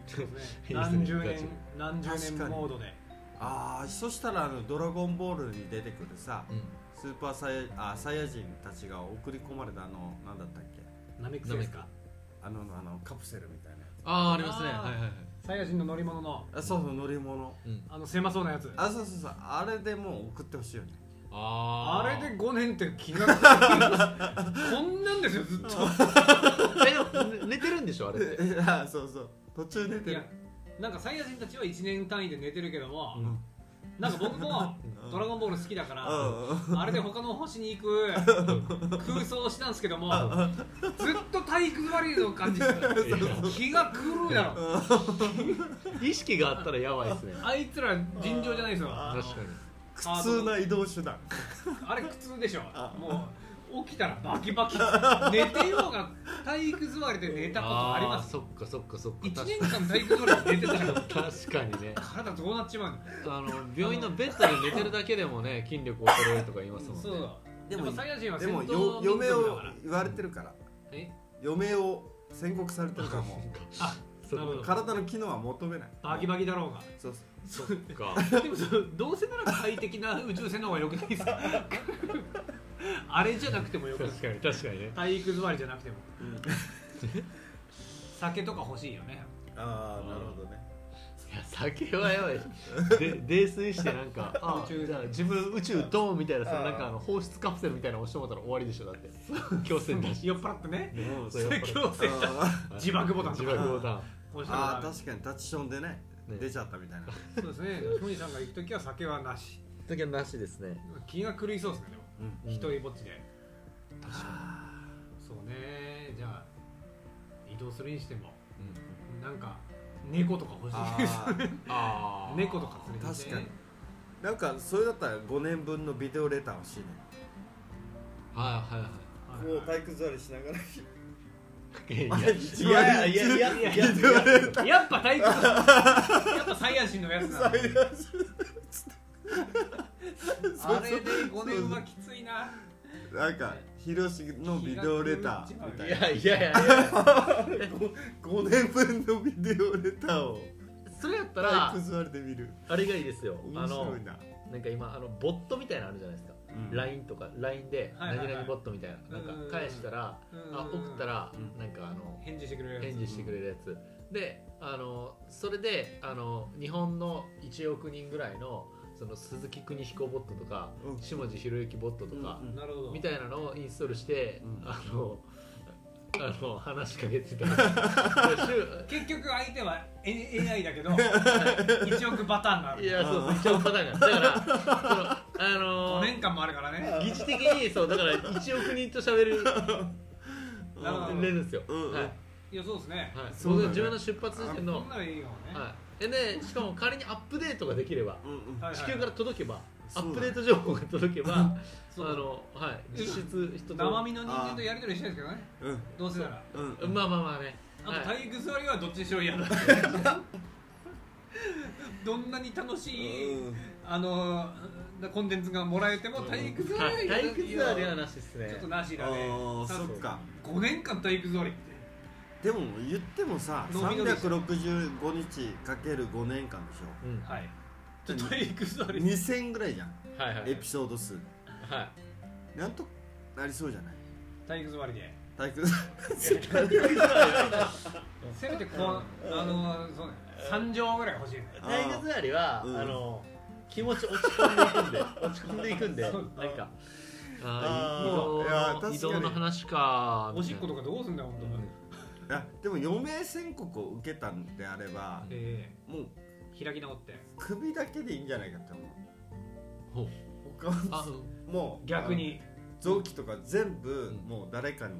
[SPEAKER 3] そうです ね
[SPEAKER 1] いいですね
[SPEAKER 3] 何十
[SPEAKER 1] ガチ
[SPEAKER 3] 年何十年
[SPEAKER 2] 確かに
[SPEAKER 3] モードで
[SPEAKER 2] あーそしたらあの「ドラゴンボール」に出てくるさ
[SPEAKER 1] うん
[SPEAKER 2] スーパーサイヤあサイヤ人たちが送り込まれたあのなんだったっけ
[SPEAKER 3] ナメック星ですか
[SPEAKER 2] あのあのカプセルみたいなや
[SPEAKER 1] ああありますね
[SPEAKER 3] あ
[SPEAKER 1] は
[SPEAKER 3] ー
[SPEAKER 1] いはいはい
[SPEAKER 3] サイヤ人の乗り物の
[SPEAKER 2] つあそうそう乗り物
[SPEAKER 1] うん
[SPEAKER 3] あの狭そうなやつ
[SPEAKER 2] あそうそうそうあれでもう送ってほしいよね
[SPEAKER 1] あ
[SPEAKER 3] あ
[SPEAKER 1] ー
[SPEAKER 3] れで5年って気が付くこんなんですよずっと
[SPEAKER 1] えでも寝てるんでしょあれ って
[SPEAKER 2] あそうそう途中出
[SPEAKER 3] い
[SPEAKER 2] て
[SPEAKER 3] や
[SPEAKER 2] る
[SPEAKER 3] なんかサイヤ人たちは1年単位で寝てるけども、
[SPEAKER 1] うん
[SPEAKER 3] なんか僕も
[SPEAKER 2] うん
[SPEAKER 3] 「ドラゴンボール」好きだから、
[SPEAKER 2] う
[SPEAKER 3] あれで他の星に行く空想をしたんですけどもずっと体育座りの感じしてた気が狂うだろ
[SPEAKER 1] 意識があったらやばいですね
[SPEAKER 3] あいつら尋常じゃないですよ
[SPEAKER 2] あ
[SPEAKER 3] あ
[SPEAKER 2] ー
[SPEAKER 1] 確かに
[SPEAKER 2] 苦痛な移動手段
[SPEAKER 3] れ苦痛でしょ
[SPEAKER 2] あ
[SPEAKER 3] もう起きたらバキバキ寝てようが体育座りで寝たことあります
[SPEAKER 1] ーそっかそっかそっか
[SPEAKER 3] 1
[SPEAKER 1] 確
[SPEAKER 3] 年間体育座りで寝てたら
[SPEAKER 1] か確かにね
[SPEAKER 3] 体どうなっちまうの
[SPEAKER 1] あの病院のベッドで寝てるだけでもね筋力衰えるとか言いますもんね
[SPEAKER 3] そうだ
[SPEAKER 2] で
[SPEAKER 3] で
[SPEAKER 2] も
[SPEAKER 3] もサイヤ人は
[SPEAKER 2] で
[SPEAKER 3] 戦
[SPEAKER 2] も
[SPEAKER 3] 闘
[SPEAKER 2] よ
[SPEAKER 3] の民
[SPEAKER 2] 嫁
[SPEAKER 3] 族だ
[SPEAKER 2] を
[SPEAKER 3] から
[SPEAKER 2] 言われてるから
[SPEAKER 3] え
[SPEAKER 2] 嫁を宣告されてるからも
[SPEAKER 1] あそ
[SPEAKER 3] なるほ
[SPEAKER 2] う
[SPEAKER 1] っ
[SPEAKER 3] ど
[SPEAKER 1] か
[SPEAKER 2] 体の機能は求めない
[SPEAKER 3] バキバキだろうが
[SPEAKER 2] そうそう
[SPEAKER 1] そっか
[SPEAKER 3] でもそのどうせなら快適な宇宙船の方が良くないですか あれじゃなくてもよくない
[SPEAKER 1] 確かに確かにね
[SPEAKER 3] 体育座りじゃなくても
[SPEAKER 2] うん
[SPEAKER 3] 酒とか欲しいよね
[SPEAKER 4] ああなるほどね
[SPEAKER 1] いや酒は やばいで泥酔してなんかあ
[SPEAKER 3] 宇宙
[SPEAKER 1] じゃあ自分宇宙ドーンみたいなさ
[SPEAKER 4] あー
[SPEAKER 1] なんかあの放出カプセルみたいなの押してもらったら終わりでしょだって強制だし
[SPEAKER 3] 酔っ払ってね
[SPEAKER 2] もう
[SPEAKER 1] そうやっぱり
[SPEAKER 3] 強制
[SPEAKER 2] あ
[SPEAKER 3] 自爆ボタンと
[SPEAKER 1] 自
[SPEAKER 3] か
[SPEAKER 1] 爆ボタン
[SPEAKER 3] 押した
[SPEAKER 2] あ
[SPEAKER 3] ら
[SPEAKER 2] ー確かにタッチションでね
[SPEAKER 1] ね
[SPEAKER 2] 出ちゃったみたいな
[SPEAKER 3] そうですねふにさんが行く時は酒はなし
[SPEAKER 1] 時はなしですね
[SPEAKER 3] 気が狂いそうですねでも
[SPEAKER 2] うん
[SPEAKER 3] 一人ぼっちで
[SPEAKER 1] 確か
[SPEAKER 3] そうねじゃあ移動するにしても
[SPEAKER 1] に、うん
[SPEAKER 3] なんか猫とか欲しいです
[SPEAKER 2] あー
[SPEAKER 1] あー
[SPEAKER 3] 猫とか連れて行って
[SPEAKER 2] 確かになんかそれだったら5年分のビデオレター欲しいね
[SPEAKER 1] はいはいは
[SPEAKER 3] はい
[SPEAKER 4] もう体育座りしながら
[SPEAKER 1] い
[SPEAKER 2] や
[SPEAKER 1] いやいやいやいや
[SPEAKER 2] ビデオレター
[SPEAKER 3] やっぱ体育座りやっぱサイヤ人のやつなのあれで5年はきついな
[SPEAKER 2] なんかヒロシのビデオレターみたい
[SPEAKER 1] い
[SPEAKER 2] な
[SPEAKER 1] や いやいや
[SPEAKER 2] 5年分のビデオレターを
[SPEAKER 1] それやったら
[SPEAKER 2] 体育座りで見る
[SPEAKER 1] あれがいいですよあ
[SPEAKER 2] 面
[SPEAKER 1] の
[SPEAKER 2] 白いな
[SPEAKER 1] なんか今あのボットみたいなのあるじゃないですか
[SPEAKER 2] うん
[SPEAKER 1] LINE とか LINE で
[SPEAKER 3] はいはいはい
[SPEAKER 1] 何々ボットみたいななん
[SPEAKER 3] うん
[SPEAKER 1] か返したら
[SPEAKER 3] うん
[SPEAKER 1] あ送ったら
[SPEAKER 2] うん
[SPEAKER 1] なんかあの
[SPEAKER 3] 返事してくれるや
[SPEAKER 1] 返事してくれるやつであのそれであの日本の1億人ぐらいのその鈴木邦彦ボットとか
[SPEAKER 2] うん
[SPEAKER 1] 下地博之ボットとか
[SPEAKER 2] うん
[SPEAKER 3] つなるほど
[SPEAKER 1] みたいなのをインストールして、
[SPEAKER 2] うん
[SPEAKER 1] あのあの話しかけて た週
[SPEAKER 3] 結局相手は A- AI だけど1億パターンがあ
[SPEAKER 1] い
[SPEAKER 3] る
[SPEAKER 1] やそうそう一応パターンがだからそのあ
[SPEAKER 3] 5
[SPEAKER 1] の
[SPEAKER 3] 年間もあるからね
[SPEAKER 1] 疑似的にそうだから1億人と喋る
[SPEAKER 3] なるほど
[SPEAKER 1] れるんですよ、
[SPEAKER 2] うんうん
[SPEAKER 1] はい、はい、
[SPEAKER 3] いやそうですね
[SPEAKER 2] そ
[SPEAKER 1] 僕
[SPEAKER 2] うだね
[SPEAKER 1] が自分の出発地点の、
[SPEAKER 3] こん
[SPEAKER 1] は
[SPEAKER 3] ならいいよね
[SPEAKER 1] い、えでしかも仮にアップデートができれば
[SPEAKER 2] うんうん
[SPEAKER 3] はいはい
[SPEAKER 1] 地球から届けば、ア
[SPEAKER 2] そうだね
[SPEAKER 1] ップデート情報が届け ば、あ
[SPEAKER 3] そう
[SPEAKER 1] のはい、実質人と
[SPEAKER 3] 生身の人間とやり取りしたいですけどね
[SPEAKER 2] うん
[SPEAKER 3] どうせなら
[SPEAKER 2] うんうん
[SPEAKER 1] まあまあまあね、
[SPEAKER 3] あと
[SPEAKER 1] はい
[SPEAKER 3] 体育座りはどっちにしろ嫌だどんなに楽しいあのコンテンツがもらえても体育座りは
[SPEAKER 1] はい
[SPEAKER 3] 嫌だ
[SPEAKER 1] 体育座りはなしですね
[SPEAKER 3] ちょっとなし
[SPEAKER 2] あ
[SPEAKER 3] だね
[SPEAKER 2] ーそっか
[SPEAKER 3] 5年間体育座りっ
[SPEAKER 2] で
[SPEAKER 3] て
[SPEAKER 2] も言ってもさ
[SPEAKER 3] 伸び伸びして
[SPEAKER 2] 365日かける5年間でしょ
[SPEAKER 1] うん
[SPEAKER 3] はいちょっと体育座り
[SPEAKER 2] 2000ぐらいじゃん
[SPEAKER 1] はいはい
[SPEAKER 2] エピソード数
[SPEAKER 1] はい
[SPEAKER 2] なんとなりそうじゃない
[SPEAKER 3] 体育座りで
[SPEAKER 2] 体育座
[SPEAKER 3] せめてこうあのそうね3畳ぐらい欲しいね
[SPEAKER 2] あー
[SPEAKER 1] 体育座りは、
[SPEAKER 2] うん
[SPEAKER 1] あの気持ち落ち込んでいくんで落ち込んでいくんでなん
[SPEAKER 3] そう
[SPEAKER 1] かあ
[SPEAKER 2] あー
[SPEAKER 1] あ
[SPEAKER 2] いや
[SPEAKER 1] 移
[SPEAKER 2] 確かに
[SPEAKER 1] 動の移動の話か
[SPEAKER 3] おしっこととかどうすんだよ本当に
[SPEAKER 2] りいやでも余命宣告を受けたんであれば
[SPEAKER 3] え
[SPEAKER 2] もう
[SPEAKER 3] え開き直って
[SPEAKER 2] 首だけでいいんじゃないかって思う
[SPEAKER 1] ほう
[SPEAKER 2] 他は
[SPEAKER 1] あうん
[SPEAKER 2] もう
[SPEAKER 3] 逆に
[SPEAKER 2] あの臓器とか全部
[SPEAKER 1] ん
[SPEAKER 2] もう誰かに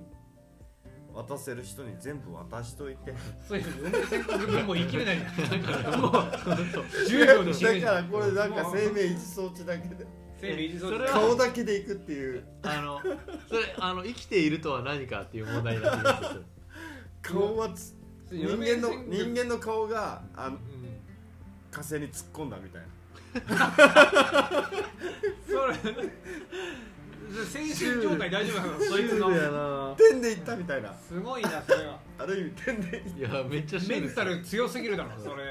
[SPEAKER 2] 渡せる人に全部渡しといて
[SPEAKER 3] そういう運転宣告文も言い切れないじゃんもう10秒で死ぬ
[SPEAKER 2] だ
[SPEAKER 3] じ
[SPEAKER 2] か
[SPEAKER 3] ゃ
[SPEAKER 2] ら
[SPEAKER 3] ん
[SPEAKER 2] これなんか生命維持装置だけで
[SPEAKER 3] 生理
[SPEAKER 1] それは
[SPEAKER 2] 顔だけでいくっていう
[SPEAKER 1] あのそれあの生きているとは何かっていう問題になってくるんで すよ
[SPEAKER 2] 顔はつ人間の人間の顔があの火星に突っ込んだみたいな
[SPEAKER 3] それ精神状態大丈夫なのそいつの
[SPEAKER 1] な
[SPEAKER 2] 天でいったみたいな
[SPEAKER 3] すごいなそれは
[SPEAKER 2] ある意味天で行っ
[SPEAKER 1] いやめっちゃシュ
[SPEAKER 3] メ
[SPEAKER 1] ールで
[SPEAKER 3] ン
[SPEAKER 1] す
[SPEAKER 3] タル強すぎるだろそれ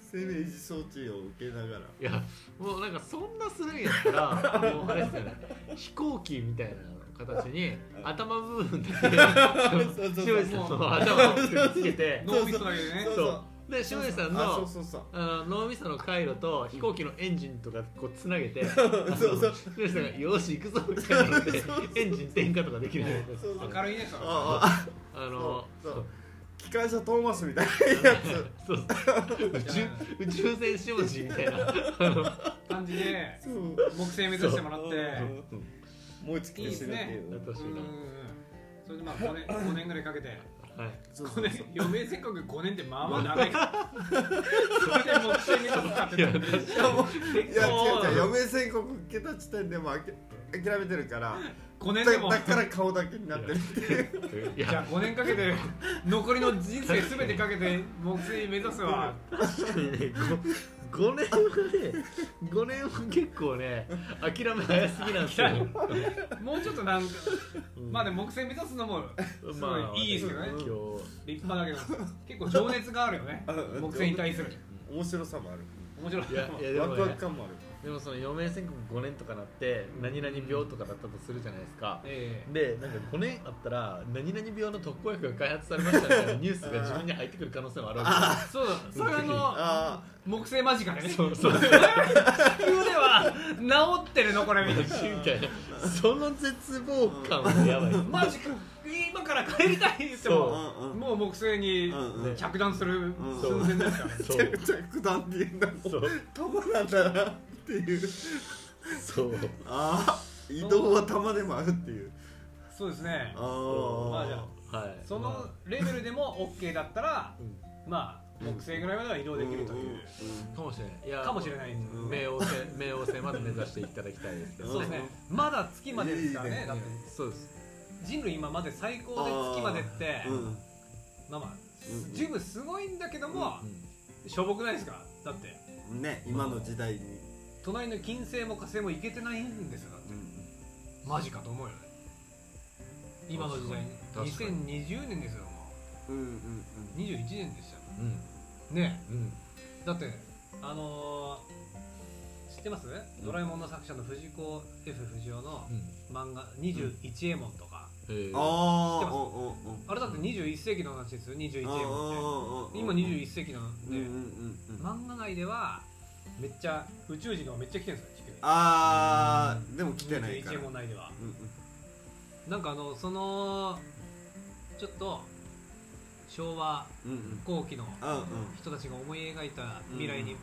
[SPEAKER 2] 生命維持装置を受けながら
[SPEAKER 1] いやもうなんかそんなするんやったらもうあれですよね飛行機みたいな形に頭部分だけ
[SPEAKER 2] そうそう
[SPEAKER 1] 白いさんの頭をくっつけて
[SPEAKER 3] 脳みそだけでね
[SPEAKER 2] そう
[SPEAKER 1] そうで塩井さ
[SPEAKER 4] あ
[SPEAKER 1] んの
[SPEAKER 4] そうそうそう
[SPEAKER 1] あの脳みその回路と飛行機のエンジンとかこうつなげて
[SPEAKER 4] そうそう
[SPEAKER 1] 塩井さんが「よし行くぞ」みたいなのでエンジン点火とかできるじゃないですか
[SPEAKER 4] そうそう
[SPEAKER 3] 明るいねから
[SPEAKER 4] あ
[SPEAKER 1] あの
[SPEAKER 4] そう
[SPEAKER 1] そう
[SPEAKER 4] 機関車トーマスみたいなや
[SPEAKER 1] そうそう宇宙宇宙船しおじみたいな
[SPEAKER 3] 感じで
[SPEAKER 4] つそう
[SPEAKER 3] 木星目指してもらってう
[SPEAKER 4] うん燃え尽きて死ぬっていう
[SPEAKER 1] やってほしい
[SPEAKER 3] んうんう
[SPEAKER 1] なん
[SPEAKER 3] それでまあ5年五年ぐらいかけて
[SPEAKER 1] はい
[SPEAKER 4] そうそ
[SPEAKER 3] 5
[SPEAKER 4] う
[SPEAKER 3] 年余命宣告5年ってまあまあ長いからそれで木星目指すかって
[SPEAKER 1] いや
[SPEAKER 3] 結
[SPEAKER 1] 確
[SPEAKER 4] いやもういや違う違う
[SPEAKER 3] 構
[SPEAKER 4] 余命宣告受けた時点でもうあけ諦めてるから
[SPEAKER 3] 5年で
[SPEAKER 4] だ
[SPEAKER 3] も
[SPEAKER 4] だから顔だけになってるっていう
[SPEAKER 1] い
[SPEAKER 3] じゃ
[SPEAKER 1] や
[SPEAKER 3] あ5年かけて残りの人生すべてかけて木星目指すわ
[SPEAKER 1] 確かにね 5, 5年はね5年は結構ね諦め早すぎなんですよ、
[SPEAKER 3] もうちょっとなんか
[SPEAKER 1] うん
[SPEAKER 3] まあでも木星目指すのもすごいいいですけどね
[SPEAKER 1] 今日
[SPEAKER 3] 立派だけど結構情熱があるよね木星に対する
[SPEAKER 4] 面白さもあ
[SPEAKER 3] 面白い
[SPEAKER 1] いやいや
[SPEAKER 4] る
[SPEAKER 1] で
[SPEAKER 4] ワ
[SPEAKER 1] も,、
[SPEAKER 4] クワ
[SPEAKER 1] ね
[SPEAKER 4] ク、感もある
[SPEAKER 1] でもその余命宣告5年とかなって何々病とかだったとするじゃないですか
[SPEAKER 3] え
[SPEAKER 1] でなんか5年あったら何々病の特効薬が開発されましたみたいなニュースが自分に入ってくる可能性もあるわ
[SPEAKER 3] えそうだそれあ
[SPEAKER 4] あ
[SPEAKER 3] の木星間近で
[SPEAKER 1] け
[SPEAKER 3] ね
[SPEAKER 1] ですよそうそう
[SPEAKER 3] 地球では治ってるのこれみたいな
[SPEAKER 1] みたいなその絶望感はやばいです
[SPEAKER 3] マジか今から帰りたいって言って
[SPEAKER 1] そ
[SPEAKER 3] も
[SPEAKER 2] うんうん
[SPEAKER 3] もう木星に
[SPEAKER 2] うんうん
[SPEAKER 3] 着弾する
[SPEAKER 2] ん
[SPEAKER 3] 寸前ですからね
[SPEAKER 1] そう
[SPEAKER 2] 着弾って言うんだもん
[SPEAKER 1] そう
[SPEAKER 2] 弾なんだなっていう
[SPEAKER 1] そう
[SPEAKER 2] ああ移動は弾でもあるっていう
[SPEAKER 3] そうですね
[SPEAKER 2] あ
[SPEAKER 3] まあじゃ
[SPEAKER 2] あ
[SPEAKER 3] あ
[SPEAKER 1] はい
[SPEAKER 3] その
[SPEAKER 1] ま
[SPEAKER 3] レベルでも OK だったら
[SPEAKER 1] あうん
[SPEAKER 3] まあ木星ぐらいまでは移動できるという
[SPEAKER 1] かもしれないいや
[SPEAKER 3] かもしれない
[SPEAKER 1] うん冥王星冥王星まで目指していただきたいですけど
[SPEAKER 3] そうですねまだ月までですから
[SPEAKER 2] いい
[SPEAKER 3] ね
[SPEAKER 2] ね
[SPEAKER 3] だって
[SPEAKER 1] そうです
[SPEAKER 3] 人類今まで最高で月までって
[SPEAKER 2] うんうん
[SPEAKER 3] まあまあ
[SPEAKER 2] うん
[SPEAKER 3] 十分すごいんだけどもしょぼくないですかだって
[SPEAKER 2] うんね今の時代に
[SPEAKER 3] 隣の金星も火星も行けてないんですよだって
[SPEAKER 2] うん
[SPEAKER 3] マジかと思うよね今の時代
[SPEAKER 1] 確かに
[SPEAKER 3] 2020年ですよも
[SPEAKER 2] うんうん
[SPEAKER 3] う21年でしたよ
[SPEAKER 1] うん
[SPEAKER 3] ね
[SPEAKER 1] うん
[SPEAKER 3] えだってあのー、知ってます、ドラえもんの作者の藤子 F 不二雄の
[SPEAKER 1] うん
[SPEAKER 3] 漫画「21エモン」とか、
[SPEAKER 1] えー
[SPEAKER 2] あ
[SPEAKER 3] 知っ
[SPEAKER 2] あ
[SPEAKER 3] てま
[SPEAKER 2] お
[SPEAKER 3] す
[SPEAKER 2] おお
[SPEAKER 3] あれだって21世紀の話ですよ21エ
[SPEAKER 2] あ
[SPEAKER 3] モンっ
[SPEAKER 2] あああ
[SPEAKER 3] て今21世紀なん
[SPEAKER 2] うん
[SPEAKER 3] で、
[SPEAKER 2] うんうんうん
[SPEAKER 3] 漫画内ではめっちゃ宇宙人がめっちゃ来てるんですよ地球に
[SPEAKER 2] あーでも来てないから
[SPEAKER 3] 21エモン内では
[SPEAKER 2] うんうん
[SPEAKER 3] なんかあのそのちょっと昭和
[SPEAKER 2] うんうん
[SPEAKER 3] 後期の
[SPEAKER 2] あうん
[SPEAKER 3] 人たちが思い描いた未来に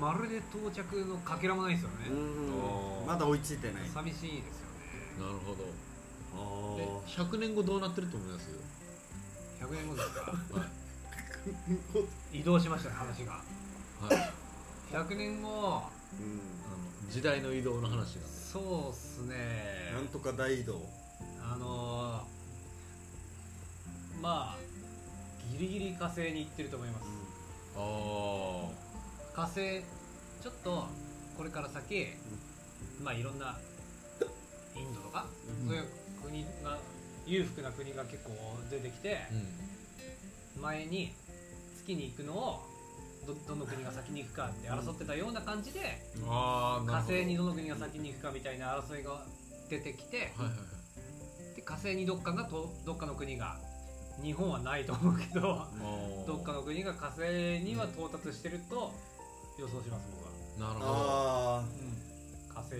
[SPEAKER 3] まるで到着のかけらもないですよね、
[SPEAKER 2] うんうん
[SPEAKER 1] あー
[SPEAKER 2] まだ追いついてない
[SPEAKER 3] 寂しいですよね
[SPEAKER 1] なるほど
[SPEAKER 2] あ
[SPEAKER 1] え
[SPEAKER 2] ー
[SPEAKER 1] 100年後どうなってると思います
[SPEAKER 3] 100年後ですか
[SPEAKER 1] は
[SPEAKER 3] 移動しましたね話が
[SPEAKER 1] いはい
[SPEAKER 3] 100年後
[SPEAKER 2] うん
[SPEAKER 1] あの時代の移動の話が
[SPEAKER 3] そうっすね
[SPEAKER 2] なんとか大移動
[SPEAKER 3] あのー、まあギリギリ火星に行ってると思います
[SPEAKER 1] ああ
[SPEAKER 3] 火星ちょっとこれから先、まあいろんなインドとか、
[SPEAKER 1] うん
[SPEAKER 3] そういう国が裕福な国が結構出てきて、
[SPEAKER 1] うん
[SPEAKER 3] 前に月に行くのをどどの国が先に行くかって争ってたような感じで、
[SPEAKER 1] ああ
[SPEAKER 3] 火星に
[SPEAKER 1] は
[SPEAKER 3] どの国が先に行くかみたいな争いが出てきて
[SPEAKER 1] いはいはい
[SPEAKER 3] で火星にどっかがとどっかの国が日本はないと思うけ ど
[SPEAKER 1] あー
[SPEAKER 3] どっかの国が火星には到達してると予想します僕は、
[SPEAKER 1] なるほど
[SPEAKER 2] あ
[SPEAKER 3] 火星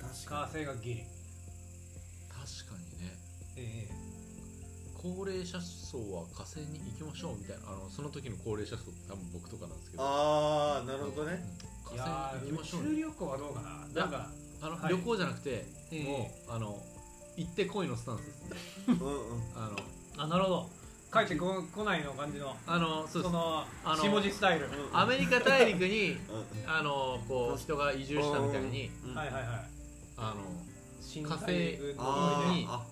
[SPEAKER 2] あ確
[SPEAKER 3] 火
[SPEAKER 2] か
[SPEAKER 3] 星がギリ
[SPEAKER 1] 確かにね
[SPEAKER 3] ええ
[SPEAKER 1] 高齢者層は火星に行きましょうみたいなあのその時の高齢者層多分僕とかなんですけ
[SPEAKER 2] に
[SPEAKER 1] ど
[SPEAKER 2] ああなるほど
[SPEAKER 1] うん
[SPEAKER 2] ね
[SPEAKER 1] 火
[SPEAKER 3] い
[SPEAKER 1] 星
[SPEAKER 3] や
[SPEAKER 1] に
[SPEAKER 3] ー
[SPEAKER 1] 行きましょう
[SPEAKER 3] 宇
[SPEAKER 1] よ
[SPEAKER 3] 宙旅行はどうかななんか
[SPEAKER 1] あの、
[SPEAKER 3] はい
[SPEAKER 1] 旅行じゃなくて、
[SPEAKER 3] ええ
[SPEAKER 1] もうあの行ってこいのスタンスですね
[SPEAKER 2] うんうん
[SPEAKER 1] あの
[SPEAKER 3] あなるほど帰ってこ来ないの感じの
[SPEAKER 1] あのそう
[SPEAKER 3] そ
[SPEAKER 1] です
[SPEAKER 3] の
[SPEAKER 1] あの
[SPEAKER 3] 下地スタイル、
[SPEAKER 1] アメリカ大陸に
[SPEAKER 2] うん
[SPEAKER 1] あのこう人が移住したみたいに
[SPEAKER 2] うん
[SPEAKER 3] はいはいはい
[SPEAKER 1] あの
[SPEAKER 3] 新
[SPEAKER 1] 火星
[SPEAKER 2] あ
[SPEAKER 3] 思い
[SPEAKER 2] ー
[SPEAKER 3] 出
[SPEAKER 2] あ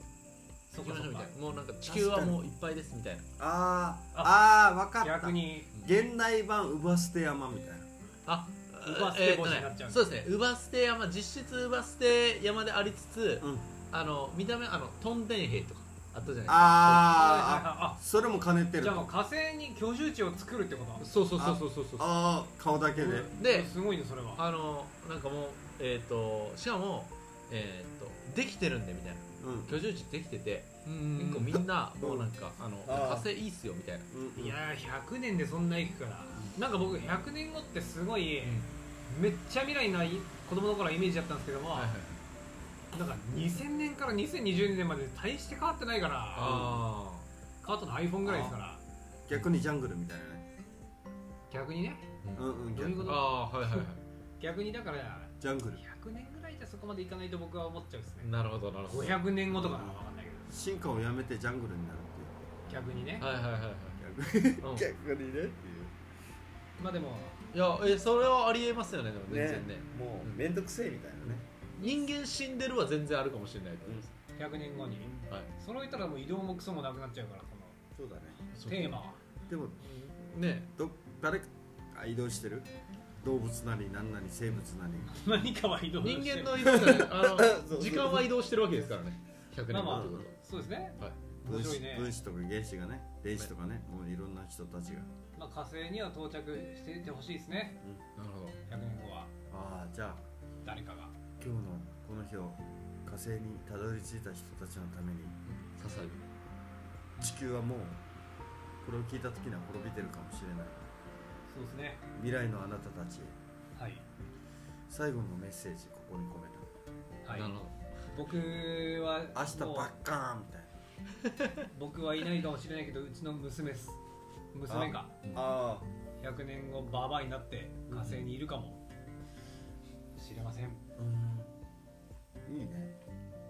[SPEAKER 3] そ
[SPEAKER 1] 行きま
[SPEAKER 3] っか
[SPEAKER 1] しょ
[SPEAKER 3] そ
[SPEAKER 1] みた
[SPEAKER 3] うっか
[SPEAKER 1] いなもうなんか地球はもういっぱいですみたいな
[SPEAKER 2] あーあー分かった
[SPEAKER 3] 逆に
[SPEAKER 2] 現代版ウバステ山みたいな
[SPEAKER 1] あ
[SPEAKER 3] ウバステ星になっちゃう
[SPEAKER 1] えーとねそうですねウバステ山実質ウバステ山でありつつ、
[SPEAKER 2] うん
[SPEAKER 1] あの見た目あのトンデン兵とかあったじゃないですか
[SPEAKER 2] あー
[SPEAKER 3] あ
[SPEAKER 2] あそれも兼ねて
[SPEAKER 3] あ
[SPEAKER 2] る
[SPEAKER 3] じゃあ
[SPEAKER 2] と
[SPEAKER 3] もう火星に居住地を作るってこと
[SPEAKER 1] そうそうそうそうそうそう
[SPEAKER 2] ああ顔だけで
[SPEAKER 1] です
[SPEAKER 3] ごいねそれは
[SPEAKER 1] あのなんかもうえっ、としかもえっ、とできてるんでみたいな
[SPEAKER 2] うん
[SPEAKER 1] 居住地できてて結構みんな
[SPEAKER 2] うん
[SPEAKER 1] もうなんかあの火
[SPEAKER 2] あー
[SPEAKER 1] 星いいっすよみたいな
[SPEAKER 2] うん
[SPEAKER 3] いやー100年でそんな行くからなんか僕100年後ってすごい、めっちゃ未来ない子供の頃はイメージだったんですけども、
[SPEAKER 1] はいはい
[SPEAKER 3] なんか2000年から2020年まで大して変わってないから
[SPEAKER 1] あ
[SPEAKER 3] 変わったの iPhone ぐらいですから
[SPEAKER 2] 逆にジャングルみたいなね
[SPEAKER 3] 逆にね
[SPEAKER 1] ー
[SPEAKER 2] うんうん
[SPEAKER 3] どういうこ
[SPEAKER 2] 逆
[SPEAKER 3] と
[SPEAKER 1] あーはいはいは
[SPEAKER 3] 逆にだから
[SPEAKER 2] ジャングル
[SPEAKER 3] 100年ぐらいじゃそこまでいかないと僕は思っちゃうです
[SPEAKER 1] い
[SPEAKER 3] ね
[SPEAKER 1] なるほどなるほど
[SPEAKER 3] 500年後とかなのかわかんないけど
[SPEAKER 2] 進化をやめてジャングルになる
[SPEAKER 3] 逆にね
[SPEAKER 1] はいはいはいはい
[SPEAKER 2] っていう
[SPEAKER 1] う ん
[SPEAKER 4] 逆にね
[SPEAKER 3] まあでも
[SPEAKER 1] いやえそれはありえますよねでも全然ね
[SPEAKER 4] も
[SPEAKER 1] うん
[SPEAKER 4] う面倒くせえみたいなね
[SPEAKER 1] 人間死んでるは全然あるかもしれないと思います、
[SPEAKER 3] 100年後に
[SPEAKER 1] はい
[SPEAKER 3] 揃えたらもう移動もクソもなくなっちゃうからこの
[SPEAKER 4] そうだね
[SPEAKER 3] テーマは
[SPEAKER 2] でも
[SPEAKER 1] ね
[SPEAKER 2] ど誰かあ移動してる動物なり何なり生物なり
[SPEAKER 3] 何かは移動
[SPEAKER 1] 人
[SPEAKER 3] して
[SPEAKER 1] 間の
[SPEAKER 3] る
[SPEAKER 1] 移動じゃないあ
[SPEAKER 4] そうそ
[SPEAKER 1] の
[SPEAKER 4] う
[SPEAKER 1] 時間は移動してるわけですからね100
[SPEAKER 3] ま
[SPEAKER 1] 年
[SPEAKER 3] あま
[SPEAKER 1] 後
[SPEAKER 3] あ
[SPEAKER 1] ってことは
[SPEAKER 3] そうですね面
[SPEAKER 2] 分
[SPEAKER 3] 白
[SPEAKER 2] 子,、
[SPEAKER 3] いね
[SPEAKER 2] 分子とか原子がね電子とかねもういろんな人たちが
[SPEAKER 3] まあ火星には到着していてほしいですね
[SPEAKER 1] なるほど
[SPEAKER 3] 100年後は
[SPEAKER 2] ああじゃあ
[SPEAKER 3] 誰かが
[SPEAKER 2] 今日のこの日を火星にたどり着いた人たちのために
[SPEAKER 1] 支える
[SPEAKER 2] 地球はもうこれを聞いた時には滅びてるかもしれない
[SPEAKER 3] そうですね
[SPEAKER 2] 未来のあなたたちへ
[SPEAKER 3] はい
[SPEAKER 2] 最後のメッセージここに込めた
[SPEAKER 3] はい
[SPEAKER 1] なるほど
[SPEAKER 3] 僕は
[SPEAKER 2] 明日
[SPEAKER 3] もう
[SPEAKER 2] ばっかーンみたい
[SPEAKER 3] 僕はいないかもしれないけどうちの娘です娘が
[SPEAKER 2] なあ
[SPEAKER 3] 100年後ババアになって火星にいるかも知れません
[SPEAKER 2] あうんいいね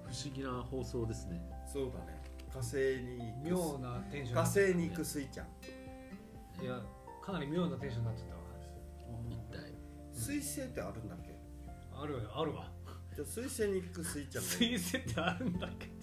[SPEAKER 1] 不思議な放送ですね
[SPEAKER 2] そうだね火星に
[SPEAKER 3] 妙なテンショ
[SPEAKER 2] 火
[SPEAKER 3] ン
[SPEAKER 2] 星に行くスイちゃん
[SPEAKER 3] いやかなり妙なテンションになっちゃっ
[SPEAKER 1] 一体
[SPEAKER 2] 水星ってあるんだっけ
[SPEAKER 3] たわあるわあるわ
[SPEAKER 2] じゃあ水星に行くスイちゃんがいい
[SPEAKER 3] 水星ってあるんだっけ